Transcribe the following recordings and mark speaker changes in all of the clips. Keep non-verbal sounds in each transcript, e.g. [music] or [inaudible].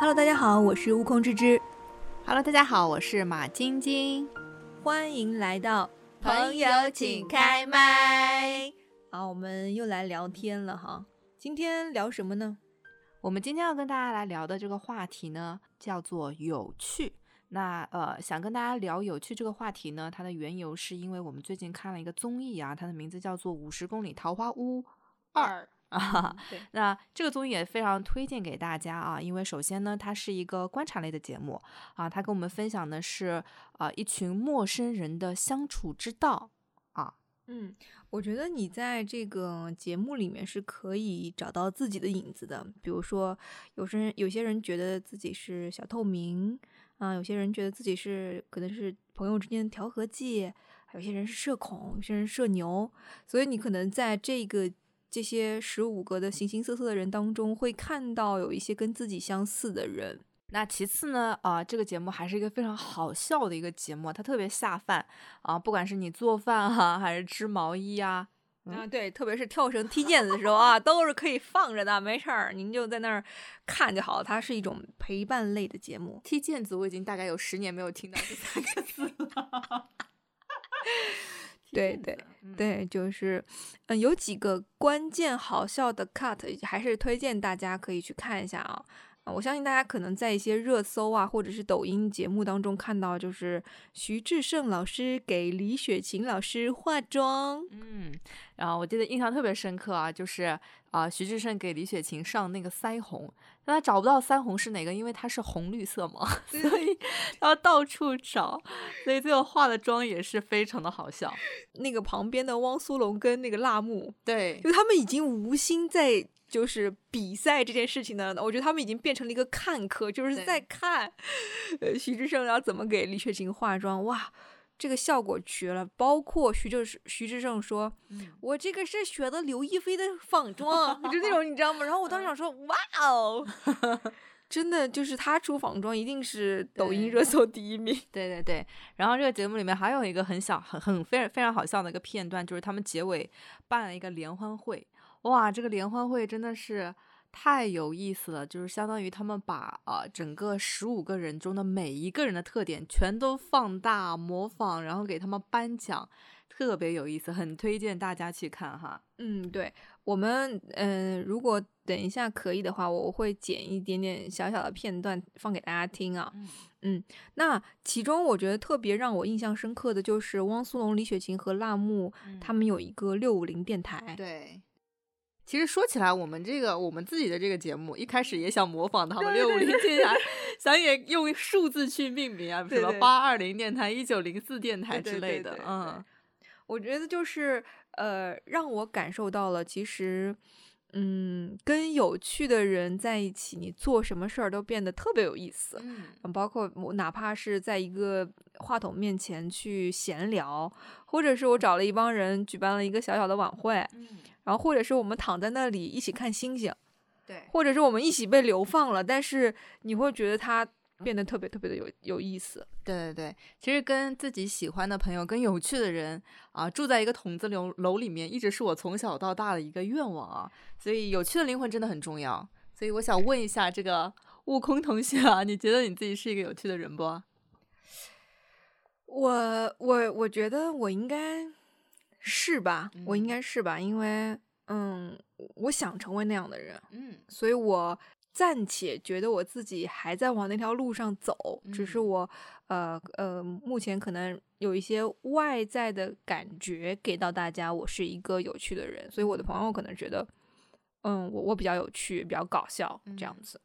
Speaker 1: Hello，大家好，我是悟空芝芝，
Speaker 2: Hello，大家好，我是马晶晶。
Speaker 1: 欢迎来到
Speaker 2: 朋友请开麦。
Speaker 1: 好，我们又来聊天了哈，今天聊什么呢？
Speaker 2: 我们今天要跟大家来聊的这个话题呢，叫做有趣。那呃，想跟大家聊有趣这个话题呢，它的缘由是因为我们最近看了一个综艺啊，它的名字叫做《五十公里桃花坞二》啊。 [laughs]
Speaker 1: 对，
Speaker 2: 那这个综艺也非常推荐给大家啊，因为首先呢，它是一个观察类的节目啊，它跟我们分享的是啊一群陌生人的相处之道。
Speaker 1: 嗯，我觉得你在这个节目里面是可以找到自己的影子的。比如说，有些人有些人觉得自己是小透明啊、有些人觉得自己是可能是朋友之间的调和剂，有些人是社恐，有些人社牛。所以你可能在这个这些十五个的形形色色的人当中，会看到有一些跟自己相似的人。
Speaker 2: 那其次呢，啊、这个节目还是一个非常好笑的一个节目，它特别下饭啊、不管是你做饭啊，还是织毛衣啊，
Speaker 1: 啊，对，特别是跳绳、踢毽子的时候啊，都是可以放着的，没事儿，您就在那儿看就好。它是一种陪伴类的节目。。
Speaker 2: 踢毽子，我已经大概有十年没有听到这三个字了
Speaker 1: 对对
Speaker 2: 嗯
Speaker 1: 对，就是，嗯，有几个关键好笑的 cut，还是推荐大家可以去看一下啊。呃我相信大家可能在一些热搜啊，或者是抖音节目当中看到，就是徐志胜老师给李雪琴老师化妆。
Speaker 2: 嗯，然后我记得印象特别深刻啊，就是啊、徐志胜给李雪琴上那个腮红，但他找不到腮红是哪个，因为它是红绿色嘛， [laughs] 所以他要到处找，所以最后化的妆也是非常的好笑。
Speaker 1: [laughs] 那个旁边的汪苏泷跟那个辣目，
Speaker 2: 对
Speaker 1: 就他们已经无心在就是比赛这件事情呢，我觉得他们已经变成了一个看客，就是
Speaker 2: 对
Speaker 1: 在看，呃，徐志胜要怎么给李雪琴化妆，哇，这个效果绝了！包括徐志徐志胜说，
Speaker 2: 嗯
Speaker 1: 我这个是学的刘亦菲的仿妆，就那种你知
Speaker 2: [laughs]
Speaker 1: 道吗？然后我当时想说，
Speaker 2: 嗯
Speaker 1: 哇哦，真的就是他出仿妆一定是抖音
Speaker 2: 对
Speaker 1: 热搜第一名。
Speaker 2: 对对对，然后这个节目里面还有一个很小、很很非常非常好笑的一个片段，就是他们结尾办了一个联欢会，哇，这个联欢会真的是太有意思了，就是相当于他们把啊、呃整个十五个人中的每一个人的特点全都放大模仿，然后给他们颁奖，特别有意思，很推荐大家去看哈。
Speaker 1: 嗯，对，我们嗯、呃如果等一下可以的话，我会剪一点点小小的片段放给大家听啊。
Speaker 2: 嗯
Speaker 1: 那其中我觉得特别让我印象深刻的就是汪苏泷、李雪琴和辣目，他们有一个六五零电台。
Speaker 2: 嗯对。其实说起来，我们这个我们自己的这个节目，一开始也想模仿他们
Speaker 1: 对
Speaker 2: 六五
Speaker 1: 对
Speaker 2: 零
Speaker 1: [laughs]
Speaker 2: 电台，想也用数字去命名啊，
Speaker 1: 对
Speaker 2: 什么
Speaker 1: 对
Speaker 2: 八二零电台、一九零四电台
Speaker 1: 对
Speaker 2: 之
Speaker 1: 对
Speaker 2: 类
Speaker 1: 对
Speaker 2: 的
Speaker 1: 对，
Speaker 2: 嗯，
Speaker 1: 我觉得就是呃，让我感受到了，其实嗯，跟有趣的人在一起，你做什么事儿都变得特别有意思。
Speaker 2: 嗯，
Speaker 1: 嗯，包括我哪怕是在一个话筒面前去闲聊，或者是我找了一帮人举办了一个小小的晚会，然后或者是我们躺在那里一起看星星，
Speaker 2: 对
Speaker 1: 或者是我们一起被流放了，但是你会觉得它变得特别特别的有有意思。
Speaker 2: 对对对，其实跟自己喜欢的朋友、跟有趣的人啊，住在一个筒子楼楼里面，一直是我从小到大的一个愿望啊。所以，有趣的灵魂真的很重要。所以，我想问一下这个悟空同学啊，你觉得你自己是一个有趣的人不？啊
Speaker 1: 我我我觉得我应该是吧，我应
Speaker 2: 嗯
Speaker 1: 该是吧，因为嗯，我想成为那样的人，
Speaker 2: 嗯
Speaker 1: 所以我暂且觉得我自己还在往那条路上走，只是
Speaker 2: 嗯
Speaker 1: 我呃呃，目前可能有一些外在的感觉给到大家，我是一个有趣的人，所以我的朋友可能觉得，嗯，我我比较有趣，比较搞笑这样
Speaker 2: 嗯
Speaker 1: 子。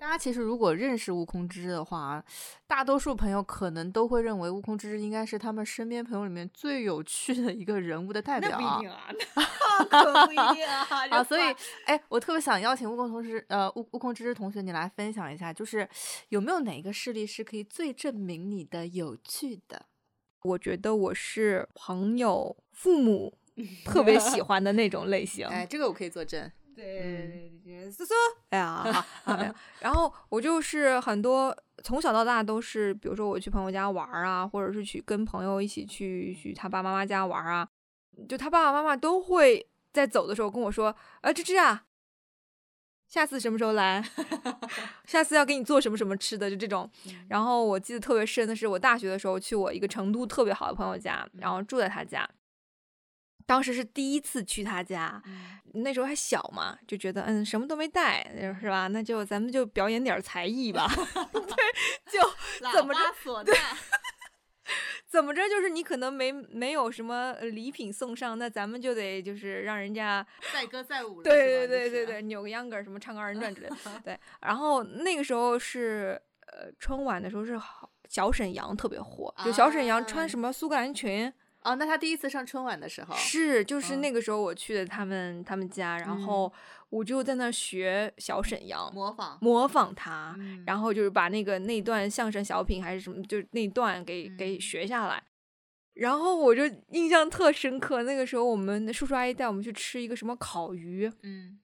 Speaker 2: 大家其实如果认识悟空之之的话，大多数朋友可能都会认为悟空之之应该是他们身边朋友里面最有趣的一个人物的代表啊。
Speaker 1: 啊，那 [laughs] 可不一定 [laughs] 啊
Speaker 2: 啊，所以，哎，我特别想邀请悟空同学，呃，悟悟空之之同学，你来分享一下，就是有没有哪个事例是可以最证明你的有趣的？
Speaker 1: 我觉得我是朋友、父 [laughs] 母特别喜欢的那种类型。
Speaker 2: 哎，这个我可以作 [laughs] 证。
Speaker 1: 对，思思，哎呀，好啊没有然后我就是很多从小到大都是，比如说我去朋友家玩儿啊，或者是去跟朋友一起去去他爸爸妈妈家玩儿啊，呃就他爸爸妈妈都会在走的时候跟我说，啊，芝芝啊，下次什么时候来？ [laughs] 下次要给你做什么什么吃的，就这种。然后我记得特别深的是，我大学的时候去我一个成都特别好的朋友家，然后住在他家。当时是第一次去他家，那时候还小嘛，就觉得嗯什么都没带，是吧？那就咱们就表演点儿才
Speaker 3: [laughs]
Speaker 1: 艺吧，
Speaker 3: 喇
Speaker 1: 怎么着
Speaker 3: 叭
Speaker 2: [laughs]
Speaker 3: 所在？
Speaker 1: 怎么着就是你可能没没有什么呃礼品送上，那咱们就得就是让人家
Speaker 3: 载歌载舞了是吧，
Speaker 1: 对对对
Speaker 3: 你是啊
Speaker 1: 对对，扭个秧歌儿什么唱个二人转
Speaker 3: [laughs]
Speaker 1: 之类的。对，然后那个时候是呃春晚的时候是好小沈阳特别火，就小沈阳
Speaker 3: 啊
Speaker 1: 穿什么苏格兰裙，
Speaker 3: 哦，那他第一次上春晚的时候，
Speaker 1: 是就是
Speaker 3: 嗯
Speaker 1: 那个时候我去的他们他们家，然
Speaker 3: 嗯
Speaker 1: 后我就在那儿学小沈阳，
Speaker 3: 模仿，
Speaker 1: 模仿他。
Speaker 3: 嗯
Speaker 1: 然后就是把那个那段相声小品还是什么，就是那段给给
Speaker 3: 嗯
Speaker 1: 学下来。然后我就印象特深刻，那个时候我们的叔叔阿姨带我们去吃一个什么烤鱼，
Speaker 2: [laughs]
Speaker 3: 嗯，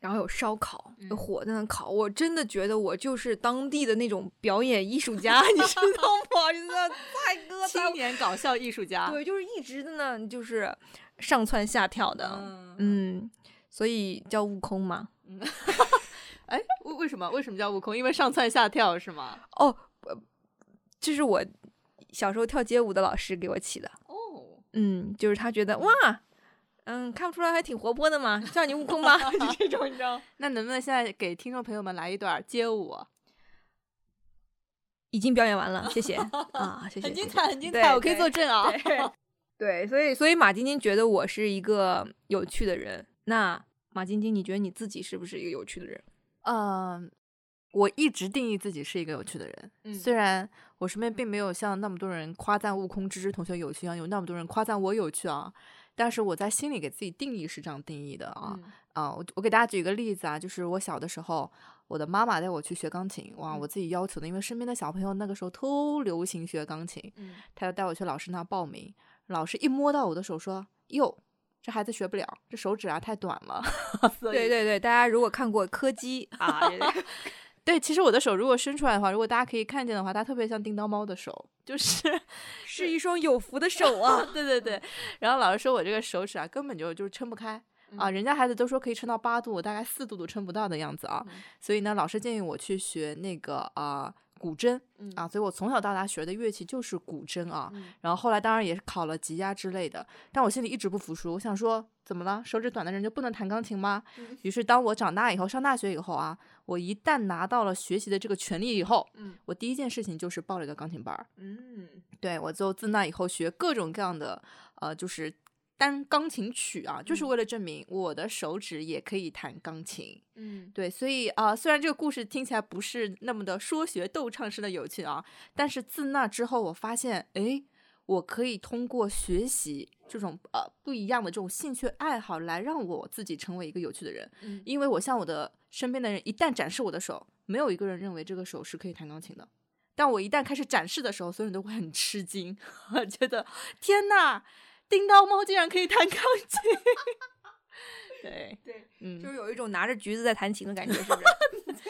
Speaker 1: 然后有烧烤，有
Speaker 3: 嗯
Speaker 1: 火在那烤，我真的觉得我就是当地的那种表演艺术家，你知道吗？
Speaker 3: [laughs]
Speaker 1: 真的太哥
Speaker 3: 青
Speaker 1: 太
Speaker 3: 年搞笑艺术家，
Speaker 1: 对，就是一直的呢，就是上蹿下跳的，
Speaker 3: 嗯，
Speaker 1: 嗯所以叫悟空嘛。
Speaker 3: 哎，为为什么为什么叫悟空？因为上蹿下跳是吗？
Speaker 1: 哦，呃这是我小时候跳街舞的老师给我起的，
Speaker 3: 哦，
Speaker 1: 嗯，就是他觉得哇，嗯，看不出来还挺活泼的嘛，叫你悟空吧， [laughs] [laughs] 就这种你知道吗，
Speaker 3: 那能不能现在给听众朋友们来一段街舞？
Speaker 1: 已经表演完了，谢谢啊，谢谢，
Speaker 3: 很
Speaker 1: 谢
Speaker 3: 精
Speaker 1: 谢
Speaker 3: 彩，很精
Speaker 1: 对
Speaker 3: 彩，我可以
Speaker 1: 对
Speaker 3: 作证啊。
Speaker 1: 对，所以所以马晶晶觉得我是一个有趣的人。那马晶晶，你觉得你自己是不是一个有趣的人？
Speaker 2: 嗯，我一直定义自己是一个有趣的人，
Speaker 3: 嗯
Speaker 2: 虽然我身边并没有像那么多人夸赞悟空芝芝同学有趣一样，啊有那么多人夸赞我有趣啊，但是我在心里给自己定义是这样定义的啊。
Speaker 3: 嗯
Speaker 2: 啊，我我给大家举一个例子啊，就是我小的时候，我的妈妈带我去学钢琴，哇，
Speaker 3: 嗯
Speaker 2: 我自己要求的，因为身边的小朋友那个时候都流行学钢琴，
Speaker 3: 嗯
Speaker 2: 她就带我去老师那报名，老师一摸到我的手说：“哟，这孩子学不了，这手指啊太短了。 [laughs] 所以
Speaker 1: 对对对，大家如果看过柯基啊，
Speaker 2: 对，其实我的手如果伸出来的话，如果大家可以看见的话，它特别像叮当猫的手，就是 [laughs]
Speaker 1: 是一双有福的手啊。
Speaker 2: 对对
Speaker 3: 嗯
Speaker 2: 对。然后老师说我这个手指啊，根本就就是撑不开啊，
Speaker 3: 嗯
Speaker 2: 人家孩子都说可以撑到八度，我大概四度都撑不到的样子啊。
Speaker 3: 嗯
Speaker 2: 所以呢，老师建议我去学那个啊、古筝
Speaker 3: 嗯
Speaker 2: 啊，所以我从小到大学的乐器就是古筝啊。
Speaker 3: 嗯
Speaker 2: 然后后来当然也是考了吉呀之类的，但我心里一直不服输，我想说怎么了？手指短的人就不能弹钢琴吗？
Speaker 3: 嗯
Speaker 2: 于是当我长大以后，上大学以后啊，我一旦拿到了学习的这个权利以后，
Speaker 3: 嗯
Speaker 2: 我第一件事情就是报了一个钢琴班儿。
Speaker 3: 嗯
Speaker 2: 对我就自那以后学各种各样的呃，就是单钢琴曲啊，就是
Speaker 3: 嗯
Speaker 2: 为了证明我的手指也可以弹钢琴。
Speaker 3: 嗯，
Speaker 2: 对，所以啊、虽然这个故事听起来不是那么的说学逗唱式的有趣啊，但是自那之后，我发现，诶，我可以通过学习这种呃不一样的这种兴趣爱好，来让我自己成为一个有趣的人。
Speaker 3: 嗯
Speaker 2: 因为我向我的身边的人一旦展示我的手，没有一个人认为这个手是可以弹钢琴的。但我一旦开始展示的时候，所有人都会很吃惊， [laughs] 觉得天呐，叮当猫竟然可以弹钢琴。 [laughs] 对，
Speaker 3: 对，
Speaker 2: 嗯，
Speaker 1: 就是有一种拿着橘子在弹琴的感觉，是不是？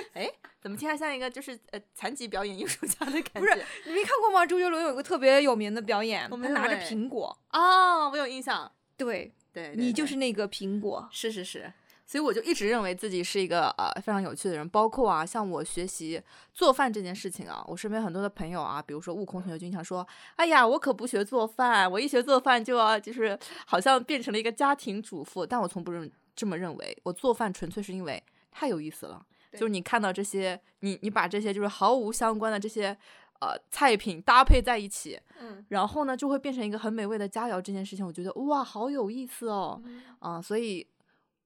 Speaker 1: [laughs]
Speaker 2: 哎，怎么听着像一个就是呃残疾表演艺术家的感觉？
Speaker 1: 不是你没看过吗？周杰伦有一个特别有名的表演，
Speaker 2: 我
Speaker 1: 他
Speaker 2: 没有
Speaker 1: 拿着
Speaker 2: 哎
Speaker 1: 苹果，
Speaker 2: 哦，我有印象，
Speaker 1: 对
Speaker 2: 对
Speaker 1: 你就
Speaker 2: 对
Speaker 1: 是那个苹果。
Speaker 2: 是是是，所以我就一直认为自己是一个呃非常有趣的人，包括啊，像我学习做饭这件事情啊，我身边很多的朋友啊，比如说悟空同学经常说，哎呀，我可不学做饭，我一学做饭就要就是好像变成了一个家庭主妇，但我从不认这么认为，我做饭纯粹是因为太有意思了，就是
Speaker 3: 对
Speaker 2: 你看到这些，你你把这些就是毫无相关的这些。呃，菜品搭配在一起，
Speaker 1: [laughs]
Speaker 3: 嗯
Speaker 2: 然后呢，就会变成一个很美味的佳肴。这件事情，我觉得哇，好有意思哦。
Speaker 3: 嗯
Speaker 2: 啊，所以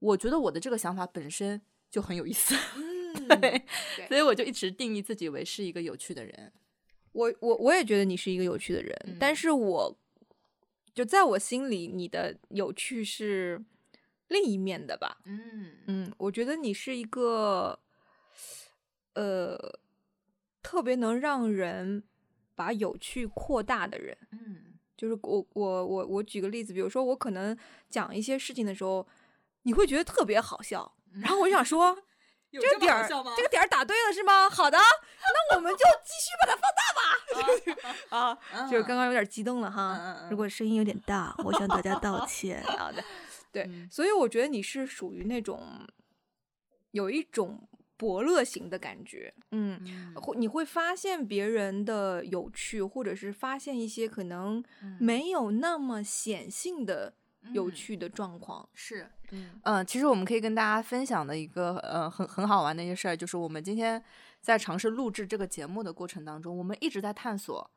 Speaker 2: 我觉得我的这个想法本身就很有意思， [laughs]
Speaker 3: 嗯，
Speaker 2: 所以我就一直定义自己为是一个有趣的人。
Speaker 1: 我我我也觉得你是一个有趣的人，
Speaker 2: 嗯
Speaker 1: 但是我就在我心里，你的有趣是另一面的吧。
Speaker 3: 嗯
Speaker 1: 嗯，我觉得你是一个呃特别能让人把有趣扩大的人。
Speaker 3: 嗯
Speaker 1: 就是我我我我举个例子，比如说我可能讲一些事情的时候，你会觉得特别好笑，然后我就想说。
Speaker 3: 有
Speaker 1: 这
Speaker 3: 这
Speaker 1: 个点
Speaker 3: 么好
Speaker 1: 儿
Speaker 3: 笑吗，
Speaker 1: 这个点儿打对了是吗？好的，那我们就继续把它放
Speaker 3: [laughs]
Speaker 1: 大 [laughs] 吧。啊，就是刚刚有点激动了哈。
Speaker 3: 嗯嗯嗯
Speaker 1: 如果声音有点大，我向大
Speaker 3: [laughs] 嗯
Speaker 1: 家道歉。好的，对，所以我觉得你是属于那种有一种伯乐型的感觉，嗯，
Speaker 3: 嗯
Speaker 1: 会你会发现别人的有趣，或者是发现一些可能
Speaker 3: 嗯
Speaker 1: 没有那么显性的有
Speaker 3: 嗯
Speaker 1: 趣的状况。
Speaker 3: 是，
Speaker 1: 嗯
Speaker 2: 嗯，其实我们可以跟大家分享的一个呃很很好玩的一些事儿，就是我们今天在尝试录制这个节目的过程当中，我们一直在探索，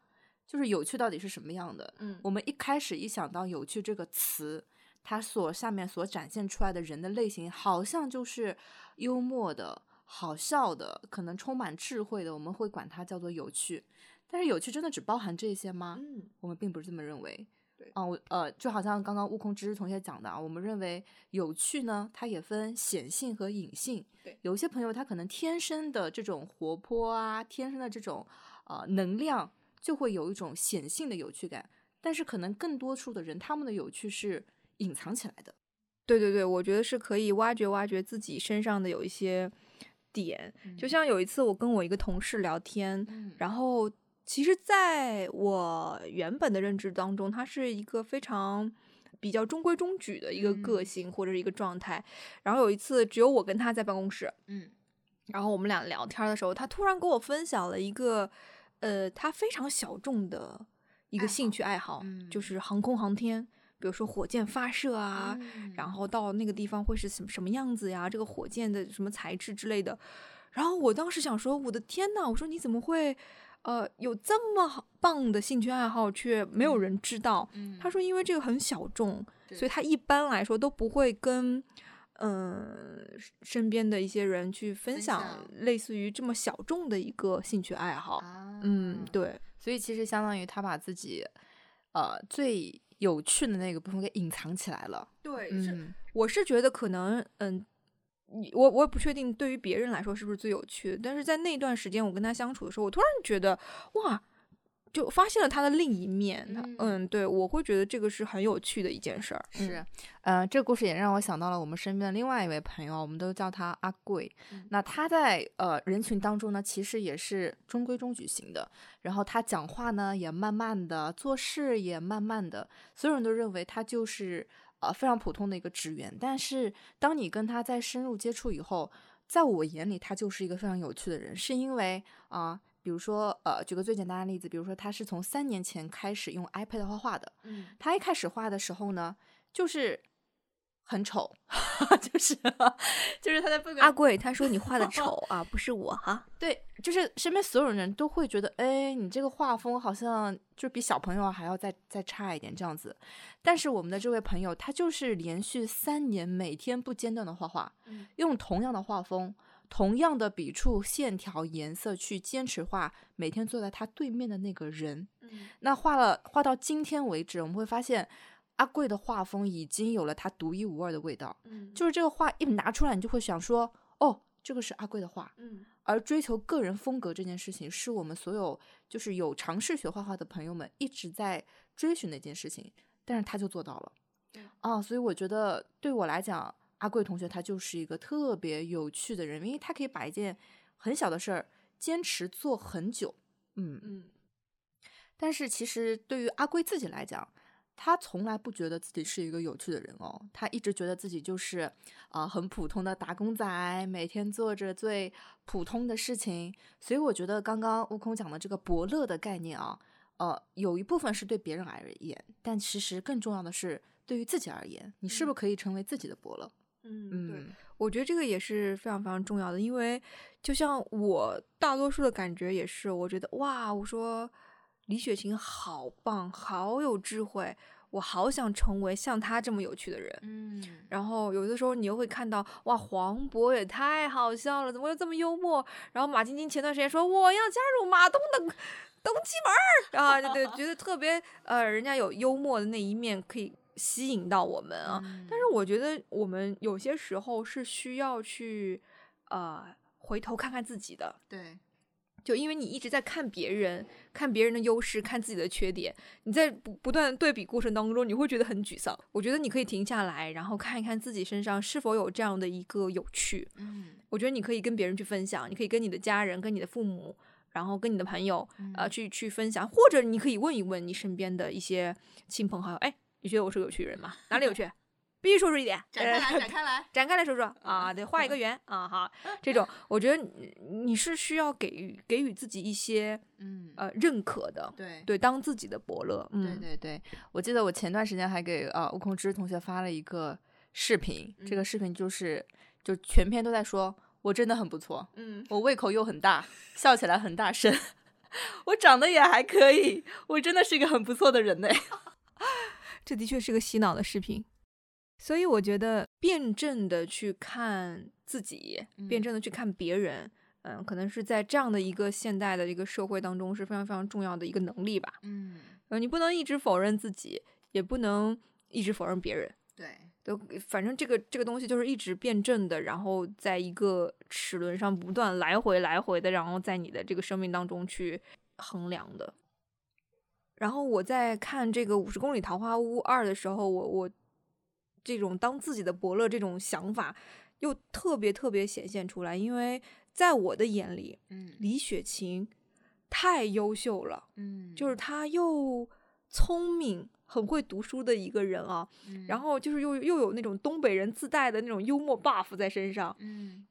Speaker 2: 就是有趣到底是什么样的。
Speaker 1: 嗯
Speaker 2: 我们一开始一想到“有趣”这个词，它所下面所展现出来的人的类型，好像就是幽默的、好笑的，可能充满智慧的，我们会管它叫做有趣。但是有趣真的只包含这些吗？
Speaker 1: 嗯
Speaker 2: 我们并不是这么认为。
Speaker 3: 对
Speaker 2: 啊，我呃，就好像刚刚悟空知识同学讲的啊，我们认为有趣呢，它也分显性和隐性。
Speaker 3: 对，
Speaker 2: 有一些朋友他可能天生的这种活泼啊，天生的这种呃能量，就会有一种显性的有趣感。但是可能更多数的人，他们的有趣是隐藏起来的。
Speaker 1: 对对对，我觉得是可以挖掘挖掘自己身上的有一些点。
Speaker 3: 嗯
Speaker 1: 就像有一次我跟我一个同事聊天，
Speaker 2: 嗯
Speaker 1: 然后其实在我原本的认知当中，他是一个非常。比较中规中矩的一个个
Speaker 3: 嗯
Speaker 1: 性或者是一个状态，然后有一次只有我跟他在办公室，
Speaker 3: 嗯
Speaker 1: 然后我们俩聊天的时候，他突然给我分享了一个，呃，他非常小众的一个
Speaker 3: 爱
Speaker 1: 兴
Speaker 3: 好
Speaker 1: 趣爱好，
Speaker 3: 嗯
Speaker 1: 就是航空航天，比如说火箭发射啊，
Speaker 3: 嗯
Speaker 1: 然后到那个地方会是什么什么样子呀？这个火箭的什么材质之类的。然后我当时想说，我的天呐，我说你怎么会，呃，有这么好棒的兴趣爱好，却没有人知道？
Speaker 3: 嗯
Speaker 1: 他说，因为这个很小众，所
Speaker 3: 对
Speaker 1: 以他一般来说都不会跟。嗯，身边的一些人去分
Speaker 3: 分
Speaker 1: 享
Speaker 3: 享
Speaker 1: 类似于这么小众的一个兴趣爱好，
Speaker 3: 啊
Speaker 1: 嗯，，对，
Speaker 2: 所以其实相当于他把自己呃最有趣的那个部分给隐藏起来了。
Speaker 1: 对
Speaker 2: 嗯，
Speaker 1: 我是觉得可能，嗯，你我我也不确定对于别人来说是不是最有趣的，但是在那段时间我跟他相处的时候，我突然觉得哇，就发现了他的另一面。他
Speaker 3: 嗯
Speaker 1: 嗯，对，我会觉得这个是很有趣的一件事儿。嗯
Speaker 2: 是，，呃，这个故事也让我想到了我们身边的另外一位朋友，我们都叫他阿贵。
Speaker 3: 嗯
Speaker 2: 那他在呃人群当中呢，其实也是中规中矩型的，然后他讲话呢也慢慢的，做事也慢慢的，所有人都认为他就是呃非常普通的一个职员。但是当你跟他在深入接触以后，在我眼里，他就是一个非常有趣的人，是因为啊、比如说呃，举个最简单的例子，比如说他是从三年前开始用 iPad 画画的，
Speaker 3: 嗯
Speaker 2: 他一开始画的时候呢，就是很丑， [laughs] 就是就是他在不
Speaker 1: 阿贵他说
Speaker 3: [laughs]
Speaker 1: 你画的丑啊，不是我哈。
Speaker 2: 对，就是身边所有人都会觉得，哎，你这个画风好像就比小朋友还要再再差一点这样子。但是我们的这位朋友，他就是连续三年每天不间断的画画，
Speaker 3: 嗯
Speaker 2: 用同样的画风、同样的笔触、线条、颜色去坚持画，每天坐在他对面的那个人。
Speaker 3: 嗯
Speaker 2: 那画了画到今天为止，我们会发现阿贵的画风已经有了它独一无二的味道。
Speaker 3: 嗯，
Speaker 2: 就是这个画一拿出来，你就会想说，哦，这个是阿贵的画。
Speaker 3: 嗯
Speaker 2: 而追求个人风格这件事情，是我们所有就是有尝试学画画的朋友们一直在追寻的一件事情，但是他就做到了
Speaker 3: 对。
Speaker 2: 啊，所以我觉得对我来讲，阿贵同学他就是一个特别有趣的人，因为他可以把一件很小的事儿坚持做很久。嗯，
Speaker 3: 嗯
Speaker 2: 但是其实对于阿贵自己来讲，他从来不觉得自己是一个有趣的人哦，他一直觉得自己就是啊、很普通的打工仔，每天做着最普通的事情。所以我觉得刚刚悟空讲的这个伯乐的概念啊，呃，有一部分是对别人而言，但其实更重要的是对于自己而言，你是不是可以成为自己的伯乐？
Speaker 3: 嗯，对
Speaker 2: 嗯，
Speaker 1: 我觉得这个也是非常非常重要的，因为就像我大多数的感觉也是，我觉得哇，我说李雪琴好棒，好有智慧，我好想成为像她这么有趣的人。
Speaker 3: 嗯
Speaker 1: 然后有的时候你又会看到，哇，黄渤也太好笑了，怎么又这么幽默？然后马晶晶前段时间说我要加入马东的东七门儿啊，对对，觉得特别呃，人家有幽默的那一面可以吸引到我们啊。
Speaker 3: 嗯
Speaker 1: 但是我觉得我们有些时候是需要去呃回头看看自己的，
Speaker 3: 对，
Speaker 1: 就因为你一直在看别人，看别人的优势，看自己的缺点，你在不不断地对比过程当中，你会觉得很沮丧。我觉得你可以停下来，然后看一看自己身上是否有这样的一个有趣。
Speaker 3: 嗯
Speaker 1: 我觉得你可以跟别人去分享，你可以跟你的家人、跟你的父母，然后跟你的朋友啊、呃
Speaker 3: 嗯
Speaker 1: 去去分享，或
Speaker 3: [laughs]
Speaker 1: 者你可以问一问你身边的一些亲朋好友，哎，你觉得我是个有趣人吗？哪里有趣？必须说出一点，呃
Speaker 3: 展开嗯来，展开
Speaker 2: [laughs]
Speaker 3: 来。
Speaker 1: 展开来说说啊，得画一个圆
Speaker 3: [laughs]
Speaker 1: 啊，哈，这种我觉得你你是需要给予给予自己一些
Speaker 2: 嗯，
Speaker 1: 呃认可的，
Speaker 3: 对
Speaker 1: 对，当自己的伯乐，嗯，
Speaker 2: 对对对，我记得我前段时间还给呃悟空之同学发了一个视频，这
Speaker 3: 嗯
Speaker 2: 个视频就是就全篇都在说我真的很不错，
Speaker 3: 嗯，
Speaker 2: 我胃口又很大，笑起来很大声， [laughs] 我长得也还可以，我真的是一个很不错的人呢。 [laughs]
Speaker 1: 这的确是个洗脑的视频。所以我觉得辩证的去看自己，辩
Speaker 2: 嗯
Speaker 1: 证的去看别人，嗯，可能是在这样的一个现代的一个社会当中是非常非常重要的一个能力吧。
Speaker 3: 嗯，
Speaker 1: 呃，你不能一直否认自己，也不能一直否认别人。
Speaker 3: 对，
Speaker 1: 都呃反正这个这个东西就是一直辩证的，然后在一个齿轮上不断来回来回的，然后在你的这个生命当中去衡量的。然后我在看这个《五十公里桃花坞二》的时候，我我这种当自己的伯乐这种想法又特别特别显现出来，因为在我的眼里，
Speaker 3: 嗯
Speaker 1: 李雪琴太优秀了，
Speaker 3: 嗯，
Speaker 1: 就是她又聪明，很会读书的一个人啊。
Speaker 3: 嗯，
Speaker 1: 然后就是又又有那种东北人自带的那种幽默 buff 在身上，
Speaker 3: 嗯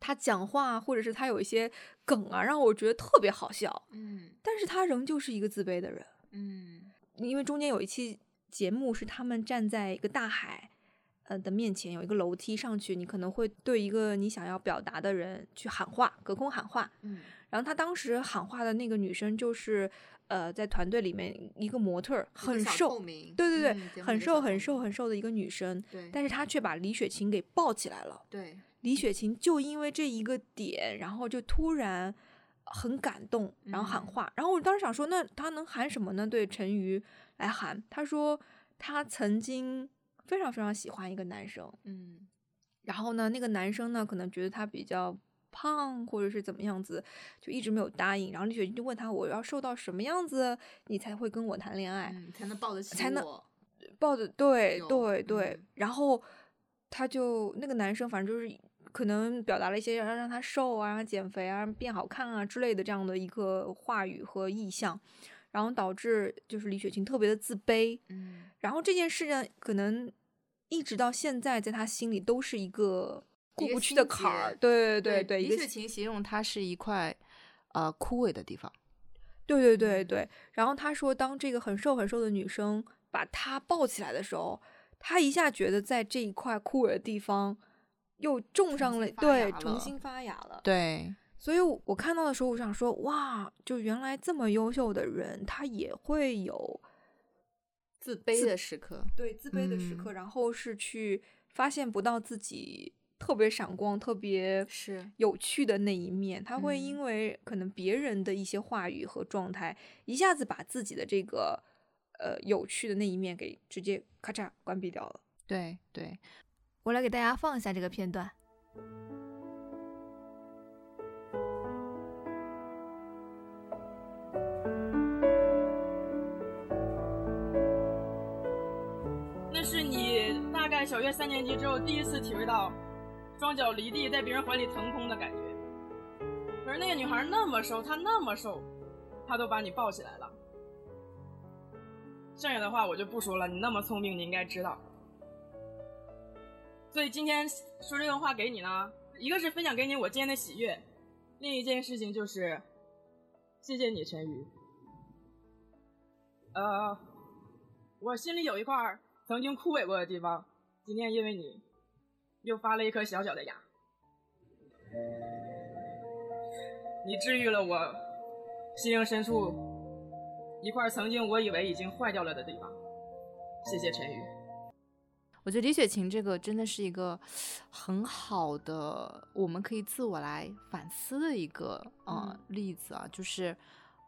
Speaker 1: 他讲话或者是他有一些梗啊，让我觉得特别好笑。
Speaker 3: 嗯
Speaker 1: 但是他仍旧是一个自卑的人，
Speaker 3: 嗯
Speaker 1: 因为中间有一期节目是他们站在一个大海。呃的面前有一个楼梯上去，你可能会对一个你想要表达的人去喊话，隔空喊话。
Speaker 3: 嗯
Speaker 1: 然后他当时喊话的那个女生就是，呃，在团队里面一个模特儿，
Speaker 3: 一个
Speaker 1: 很
Speaker 3: 小
Speaker 1: 瘦
Speaker 3: 透，明
Speaker 1: 对对
Speaker 3: 嗯节
Speaker 1: 对，
Speaker 3: 目
Speaker 1: 很
Speaker 3: 里的
Speaker 1: 瘦
Speaker 3: 小
Speaker 1: 很
Speaker 3: 透
Speaker 1: 瘦
Speaker 3: 明
Speaker 1: 很瘦的一个女生。
Speaker 3: 对，
Speaker 1: 但是他却把李雪琴给抱起来了。
Speaker 3: 对，
Speaker 1: 李雪琴就因为这一个点，然后就突然很感动，然后喊
Speaker 3: 嗯
Speaker 1: 话。然后我当时想说，那他能喊什么呢？对陈瑜来喊，他说他曾经非常非常喜欢一个男生，
Speaker 3: 嗯
Speaker 1: 然后呢，那个男生呢可能觉得他比较。胖或者是怎么样子，就一直没有答应。然后李雪琴就问他：“我要瘦到什么样子，你才会跟我谈恋爱？”
Speaker 3: 嗯，才能抱得起
Speaker 1: 才能
Speaker 3: 我
Speaker 1: 抱着，对
Speaker 3: 有
Speaker 1: 对对
Speaker 3: 嗯，
Speaker 1: 然后他就那个男生，反正就是可能表达了一些让让他瘦啊、让他减肥啊、变好看啊之类的这样的一个话语和意向，然后导致就是李雪琴特别的自卑，
Speaker 3: 嗯
Speaker 1: 然后这件事呢，可能一直到现在在他心里都是一个过
Speaker 3: 一个
Speaker 1: 不去
Speaker 3: 心
Speaker 1: 的坎儿，
Speaker 3: 结
Speaker 1: 对对对，一
Speaker 2: 李
Speaker 1: 个
Speaker 2: 雪
Speaker 1: 心
Speaker 2: 琴形容它是一块呃枯萎的地方。
Speaker 1: 对对对
Speaker 2: 嗯
Speaker 1: 对。然后他说，当这个很瘦很瘦的女生把他抱起来的时候，他一下觉得在这一块枯萎的地方又种上
Speaker 3: 新
Speaker 1: 了，
Speaker 3: 发
Speaker 1: 对，
Speaker 3: 芽
Speaker 1: 重
Speaker 3: 了
Speaker 1: 新发芽了。
Speaker 2: 对，
Speaker 1: 所以我我看到的时候，我想说，哇，就原来这么优秀的人，他也会有
Speaker 2: 自卑的时刻。
Speaker 1: 对自卑的时刻，
Speaker 2: 嗯
Speaker 1: 然后是去发现不到自己特别闪光、特别
Speaker 2: 是
Speaker 1: 有趣的那一面。他会
Speaker 2: 嗯
Speaker 1: 因为可能别人的一些话语和状态，一下子把自己的这个呃有趣的那一面给直接咔嚓关闭掉了。
Speaker 2: 对对，
Speaker 1: 我来给大家放一下这个片段。
Speaker 4: 那是你大概小学三年级之后第一次体会到双脚离地在别人怀里腾空的感觉。可是那个女孩那么瘦，她那么瘦，她都把你抱起来了。剩下的话我就不说了，你那么聪明，你应该知道。所以今天说这段话给你呢，一个是分享给你我今天的喜悦，另一件事情就是，谢谢你，陈宇。呃，我心里有一块儿曾经枯萎过的地方，今天因为你，又发了一颗小小的芽。你治愈了我心灵深处一块曾经我以为已经坏掉了的地方。谢谢陈宇。 [laughs]
Speaker 2: 我觉得李雪琴这个真的是一个很好的，我们可以自我来反思的一个呃、
Speaker 1: 嗯
Speaker 2: 例子啊。就是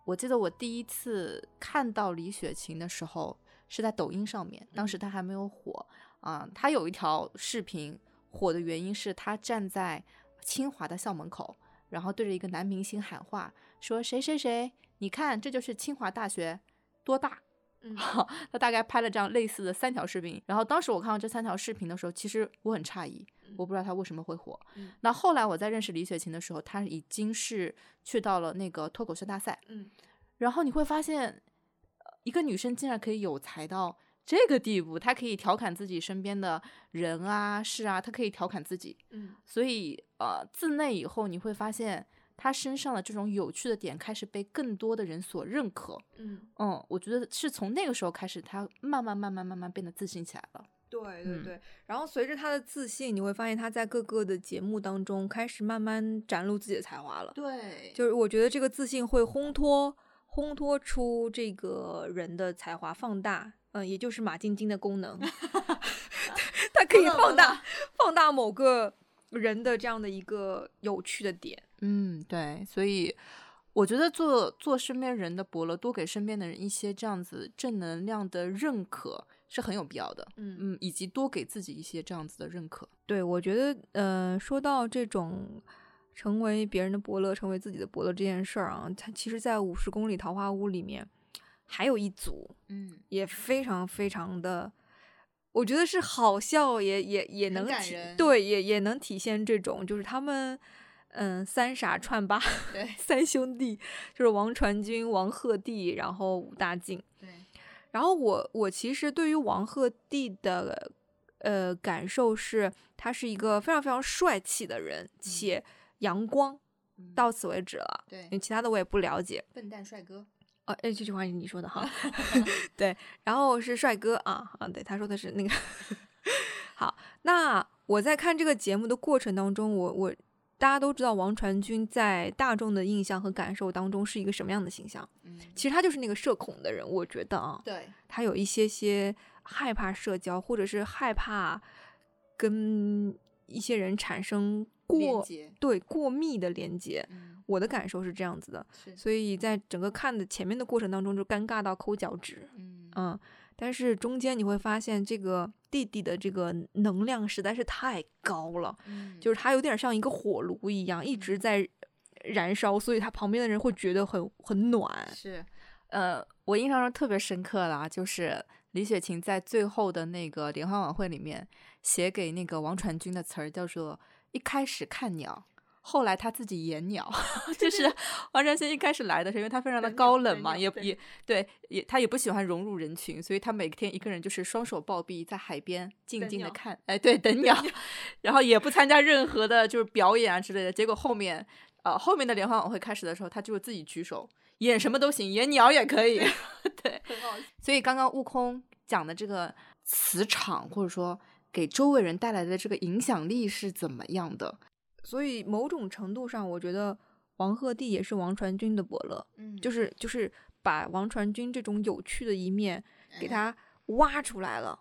Speaker 2: 我记得我第一次看到李雪琴的时候是在抖音上面，当时她还没有火啊、她有一条视频火的原因是她站在清华的校门口，然后对着一个男明星喊话，说谁谁谁，你看这就是清华大学多大。
Speaker 1: 嗯
Speaker 2: 他大概拍了这样类似的三条视频。然后当时我看到这三条视频的时候，其实我很诧异，我不知道他为什么会火。
Speaker 1: 嗯
Speaker 2: 那后来我在认识李雪琴的时候，她已经是去到了那个脱口秀大赛，
Speaker 1: 嗯
Speaker 2: 然后你会发现，呃一个女生竟然可以有才到这个地步，他可以调侃自己身边的人啊、事啊，他可以调侃自己。
Speaker 1: 嗯
Speaker 2: 所以呃，自那以后你会发现他身上的这种有趣的点开始被更多的人所认可。
Speaker 1: 嗯，
Speaker 2: 嗯，我觉得是从那个时候开始，他慢慢慢慢慢慢变得自信起来了。
Speaker 1: 对对
Speaker 2: 嗯
Speaker 1: 对。然后随着他的自信，你会发现他在各个的节目当中开始慢慢展露自己的才华了。
Speaker 2: 对
Speaker 1: 就是我觉得这个自信会烘托烘托出这个人的才华，放大，嗯，也就是马晶晶的功能，它可以放大放大某个人的这样的一个有趣的点。
Speaker 2: 嗯，对，所以我觉得做做身边人的伯乐，多给身边的人一些这样子正能量的认可是很有必要的。
Speaker 1: 嗯
Speaker 2: 嗯，以及多给自己一些这样子的认可。
Speaker 1: 对，我觉得，呃，说到这种成为别人的伯乐，成为自己的伯乐这件事儿啊，它其实，在《五十公里桃花坞》里面，还有一组
Speaker 2: 嗯，
Speaker 1: 也非常非常的，我觉得是好笑，也也也能
Speaker 3: 感
Speaker 1: 体
Speaker 3: 人
Speaker 1: 对，也也能体现这种，就是他们，嗯，三傻串八
Speaker 3: 对
Speaker 1: [laughs] 三兄弟，就是王传君、王鹤棣，然后武大靖。
Speaker 3: 对，
Speaker 1: 然后我我其实对于王鹤棣的呃感受是，他是一个非常非常帅气的人，
Speaker 3: 嗯
Speaker 1: 且阳光。到此为止了，
Speaker 3: 对
Speaker 1: 因为其他的我也不了解。
Speaker 3: 笨蛋帅哥，
Speaker 1: 哦，哎，这句话是你说
Speaker 3: [laughs]
Speaker 1: 的哈， [laughs] 对。然后是帅哥啊啊，对，他说的是那个。 [laughs] 好，那我在看这个节目的过程当中，我我大家都知道王传君在大众的印象和感受当中是一个什么样的形象？
Speaker 3: 嗯，
Speaker 1: 其实他就是那个社恐的人，我觉得啊，
Speaker 3: 对，
Speaker 1: 他有一些些害怕社交，或者是害怕跟一些人产生
Speaker 3: 连
Speaker 1: 过
Speaker 3: 接，
Speaker 1: 对过密的连接。
Speaker 3: 嗯，
Speaker 1: 我的感受是这样子的，
Speaker 3: 是，
Speaker 1: 所以在整个看的前面的过程当中，就尴尬到抠脚趾，
Speaker 3: 嗯
Speaker 1: 嗯，但是中间你会发现这个弟弟的这个能量实在是太高了，
Speaker 3: 嗯，
Speaker 1: 就是他有点像一个火炉一样，一直在燃烧，所以他旁边的人会觉得很很暖，
Speaker 3: 是，
Speaker 2: 呃，我印象中特别深刻的啊，就是李雪琴在最后的那个联欢晚会里面写给那个王传君的词儿叫做“一开始看鸟”。后来他自己演鸟， [laughs]
Speaker 3: [laughs]
Speaker 2: 就是王传君一开始来的时候，因为他非常的
Speaker 3: 人鸟
Speaker 2: 高冷
Speaker 3: 人
Speaker 2: 嘛，
Speaker 3: 鸟
Speaker 2: 也
Speaker 3: 对
Speaker 2: 也对，也他也不喜欢融入人群，所以他每天一个人就是双手抱臂在海边静
Speaker 3: 等
Speaker 2: 静的
Speaker 3: 鸟
Speaker 2: 看，哎，对，等鸟，然后也不参加任何的就是表演啊之类的。结果后面，呃，后面的联欢晚会开始的时候，他就自己举手，演什么都行，演鸟也可以。 [laughs] 对，
Speaker 3: 很好，
Speaker 2: 所以刚刚悟空讲的这个磁场，或者说给周围人带来的这个影响力是怎么样的？
Speaker 1: 所以某种程度上，我觉得王鹤棣也是王传君的伯乐，
Speaker 3: 嗯，
Speaker 1: 就是是就是把王传君这种有趣的一面给
Speaker 3: 哎
Speaker 1: 他挖出来了。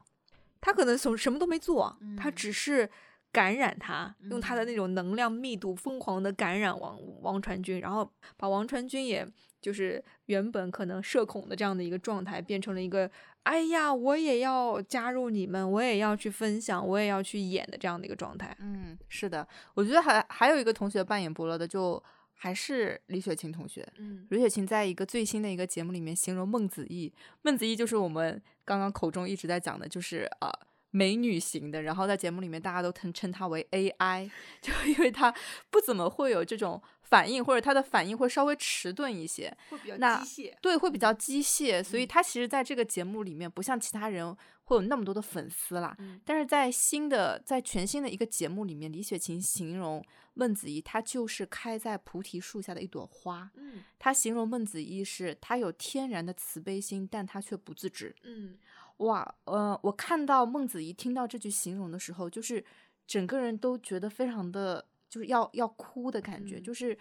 Speaker 1: 他可能什什么都没做，他
Speaker 3: 嗯
Speaker 1: 只是感染他，用他
Speaker 3: 嗯
Speaker 1: 的那种能量密度疯狂的感染王王传君，然后把王传君也就是原本可能社恐的这样的一个状态，变成了一个哎呀，我也要加入你们，我也要去分享，我也要去演的这样的一个状态。
Speaker 2: 嗯，是的，我觉得还还有一个同学扮演伯乐的，就还是李雪琴同学。
Speaker 1: 嗯，
Speaker 2: 李雪琴在一个最新的一个节目里面形容孟子义，孟子义就是我们刚刚口中一直在讲的，就是呃美女型的，然后在节目里面大家都称称她为 AI，就 [laughs] 因为她不怎么会有这种反应，或者她的反应会稍微迟钝一些，
Speaker 3: 会比较
Speaker 2: 那
Speaker 3: 机械，嗯
Speaker 2: 对，会比较机械，所以他其实在这个节目里面不像其他人会有那么多的粉丝啦。
Speaker 1: 嗯
Speaker 2: 但是在新的在全新的一个节目里面，李雪琴形容孟子义，他就是开在菩提树下的一朵花。
Speaker 1: 嗯
Speaker 2: 他形容孟子义是他有天然的慈悲心，但他却不自知。
Speaker 1: 嗯
Speaker 2: 哇，呃，我看到孟子义听到这句形容的时候，就是整个人都觉得非常的，就是要要哭的感觉，
Speaker 1: 嗯
Speaker 2: 就是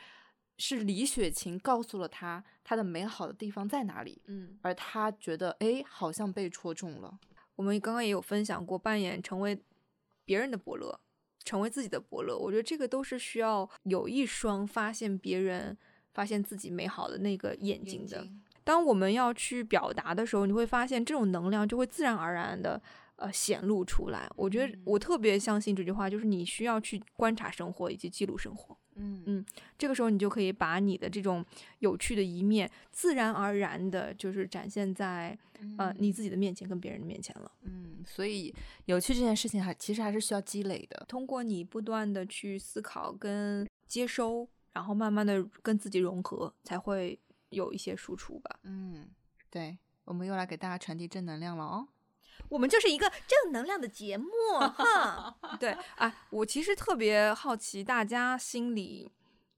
Speaker 2: 是李雪琴告诉了他他的美好的地方在哪里，
Speaker 1: 嗯，
Speaker 2: 而他觉得哎，诶好像被戳中了。
Speaker 1: 我们刚刚也有分享过，扮演成为别人的伯乐，成为自己的伯乐，我觉得这个都是需要有一双发现别人、发现自己美好的那个眼睛的。当我们要去表达的时候，你会发现这种能量就会自然而然的呃显露出来。我觉得我特别相信这句话，就是你需要去观察生活以及记录生活。
Speaker 2: 嗯
Speaker 1: 嗯这个时候你就可以把你的这种有趣的一面，自然而然的就是展现在呃你自己的面前跟别人的面前了。
Speaker 2: 嗯，所以有趣这件事情还其实还是需要积累的。
Speaker 1: 通过你不断的去思考跟接收，然后慢慢的跟自己融合，才会有一些输出吧。
Speaker 2: 嗯，对，我们又来给大家传递正能量了哦。
Speaker 5: 我们就是一个正能量的节
Speaker 1: [laughs]
Speaker 5: 目哈。
Speaker 1: 对，哎，我其实特别好奇大家心里，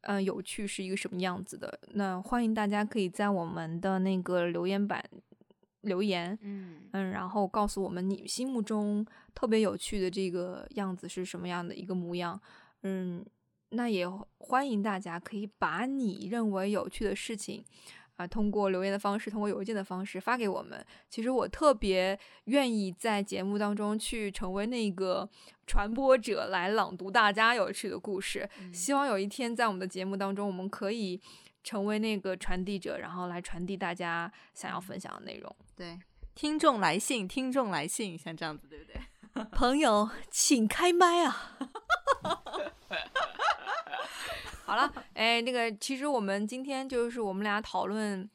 Speaker 1: 嗯、有趣是一个什么样子的。那欢迎大家可以在我们的那个留言板留言，
Speaker 2: 嗯，
Speaker 1: 嗯，然后告诉我们你心目中特别有趣的这个样子是什么样的一个模样。嗯，那也欢迎大家可以把你认为有趣的事情。啊，通过留言的方式，通过邮件的方式发给我们。其实我特别愿意在节目当中去成为那个传播者，来朗读大家有趣的故事。希望有一天在我们的节目当中，我们可以成为那个传递者，然后来传递大家想要分享的内容。
Speaker 2: 对，听众来信，听众来信，像这样子，对不对？
Speaker 5: 朋友，请开麦啊！
Speaker 1: [laughs] 好了，哎，那个，其实我们今天就是我们俩讨论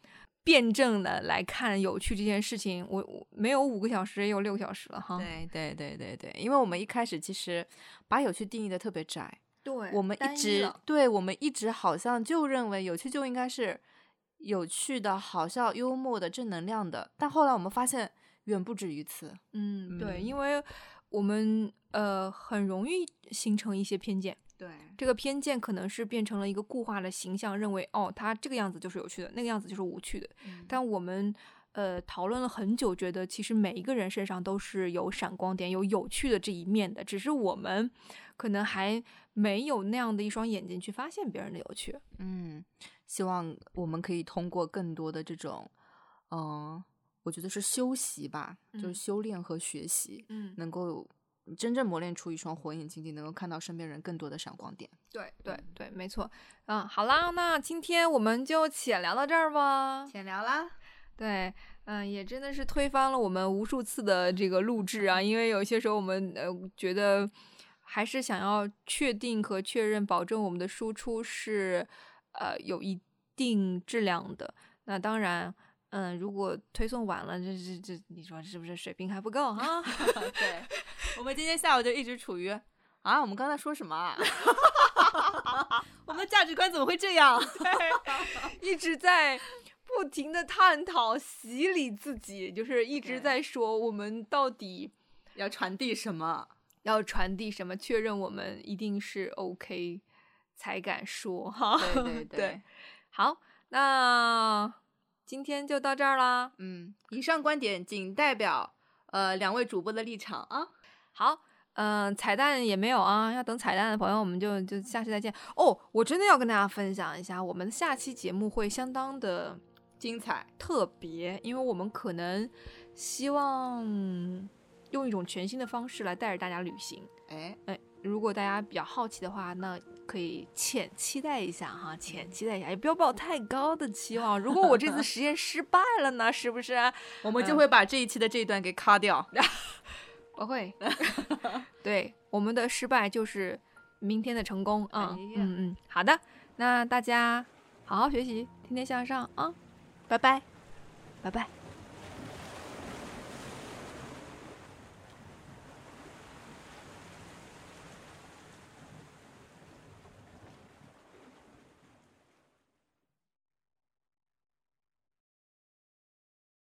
Speaker 1: 辩证的来看有趣这件事情，我我没有五个小时也有六个小时了哈。
Speaker 2: 对对对对对，因为我们一开始其实把有趣定义的特别窄，
Speaker 5: 对，
Speaker 2: 我们呃一直对我们一直好像就认为有趣就应该是有趣的、好笑、幽默的、正能量的，但后来我们发现远不止于此。
Speaker 1: 嗯，对，
Speaker 2: 嗯
Speaker 1: 因为我们呃很容易形成一些偏见，
Speaker 2: 对，
Speaker 1: 这个偏见可能是变成了一个固化的形象，认为哦，他这个样子就是有趣的，那个样子就是无趣的。但我们呃讨论了很久，觉得其实每一个人身上都是有闪光点、有有趣的这一面的，只是我们可能还没有那样的一双眼睛去发现别人的有趣。
Speaker 2: 嗯，希望我们可以通过更多的这种，嗯、我觉得是修习吧，就是
Speaker 1: 嗯
Speaker 2: 修炼和学习，
Speaker 1: 嗯，
Speaker 2: 能够真正磨练出一双火眼金睛，能够看到身边人更多的闪光 [laughs] 点。
Speaker 1: 对对对，没错。嗯，好啦，那今天我们就浅聊到这儿吧。
Speaker 2: 浅聊啦， [laughs]
Speaker 1: 对，嗯，也真的是推翻了我们无数次的这个录制啊，因为有些时候我们呃觉得还是想要确定和确认，保证我们的输出是呃有一定质量的。那当然，嗯，如果推送晚了，这这这，你说是不是水平还不够哈？ [laughs]
Speaker 2: 对，我们今天下午就一直处于啊，我们刚才说什么啊？ [laughs] 我们的价值观怎么会这样？ [laughs]
Speaker 1: 一直在不停的探讨、洗礼自己，就是一直
Speaker 2: 对
Speaker 1: 在说我们到底
Speaker 2: 要传递什么？
Speaker 1: 要传递什么，确认我们一定是 OK 才敢说哈。 [laughs]
Speaker 2: 对 [laughs] 对
Speaker 1: 对，好，那今天就到这儿啦。
Speaker 2: 嗯，以上观点仅代表呃两位主播的立场啊。
Speaker 1: 好，嗯、彩蛋也没有啊，要等彩蛋的朋友，我们就就下期再见哦。我真的要跟大家分享一下，我们下期节目会相当的
Speaker 2: 精彩，
Speaker 1: 特别，因为我们可能希望用一种全新的方式来带着大家旅行。
Speaker 2: 哎，
Speaker 1: 如果大家比较好奇的话，那可以浅期待一下哈，浅期待一下，也不要抱有太高的期望。如果我这次实验失败了呢，是啊不是？
Speaker 2: 我们就会把这一期的这一段给卡掉。
Speaker 1: 我会， [laughs] 对，我们的失败就是明天的成功啊。
Speaker 2: 哎呀
Speaker 1: 嗯嗯，好的，那大家好好学习，天天向上啊，
Speaker 2: 拜拜。
Speaker 1: 拜拜。